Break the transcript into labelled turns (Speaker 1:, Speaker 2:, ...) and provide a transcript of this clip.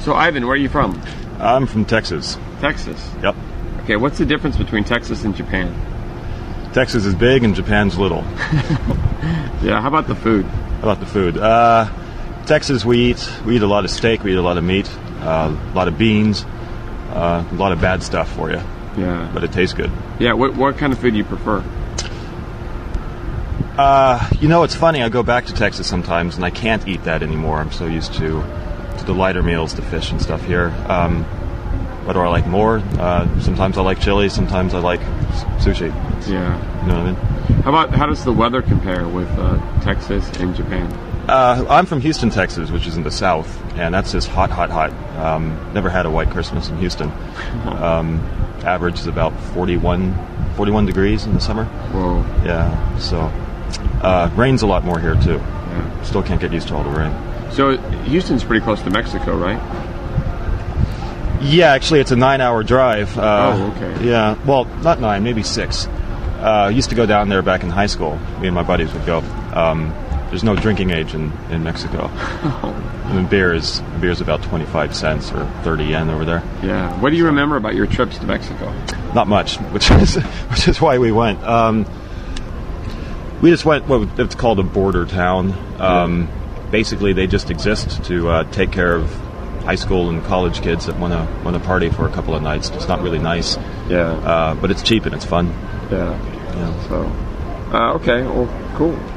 Speaker 1: So, Ivan, where are you from?
Speaker 2: I'm from Texas.
Speaker 1: Texas.
Speaker 2: Yep.
Speaker 1: Okay, what's the difference between Texas and Japan?
Speaker 2: Texas is big and Japan's little.
Speaker 1: Yeah, how about the food?
Speaker 2: How about the food? Uh, Texas, we eat we eat a lot of steak, we eat a lot of meat, uh, a lot of beans, uh, a lot of bad stuff for you,
Speaker 1: Yeah.
Speaker 2: but it tastes good.
Speaker 1: Yeah, what, what kind of food do you prefer?
Speaker 2: Uh, you know, it's funny. I go back to Texas sometimes, and I can't eat that anymore. I'm so used to to the lighter meals, to fish and stuff here. Um, what do I like more? Uh, sometimes I like chili. Sometimes I like s- sushi.
Speaker 1: Yeah.
Speaker 2: You know what I mean?
Speaker 1: How about how does the weather compare with uh, Texas and Japan?
Speaker 2: Uh, I'm from Houston, Texas, which is in the South, and that's just hot, hot, hot. Um, never had a white Christmas in Houston. Um, average is about 41, 41 degrees in the summer.
Speaker 1: Whoa.
Speaker 2: Yeah, so uh, rains a lot more here too.
Speaker 1: Yeah.
Speaker 2: Still can't get used to all the rain.
Speaker 1: So Houston's pretty close to Mexico, right?
Speaker 2: Yeah, actually, it's a nine-hour drive. Uh,
Speaker 1: Oh, okay.
Speaker 2: Yeah, well, not nine, maybe six. Uh, I used to go down there back in high school. Me and my buddies would go. Um, there's no drinking age in, in Mexico. I mean, beer is beer is about 25 cents or 30 yen over there.
Speaker 1: Yeah. What do you remember about your trips to Mexico?
Speaker 2: Not much, which is which is why we went. Um, we just went what it's called a border town. Um, basically, they just exist to uh, take care of high school and college kids that want to want to party for a couple of nights. It's not really nice.
Speaker 1: Yeah.
Speaker 2: Uh, but it's cheap and it's fun.
Speaker 1: yeah.
Speaker 2: Yeah.
Speaker 1: So, uh, okay. Well, cool.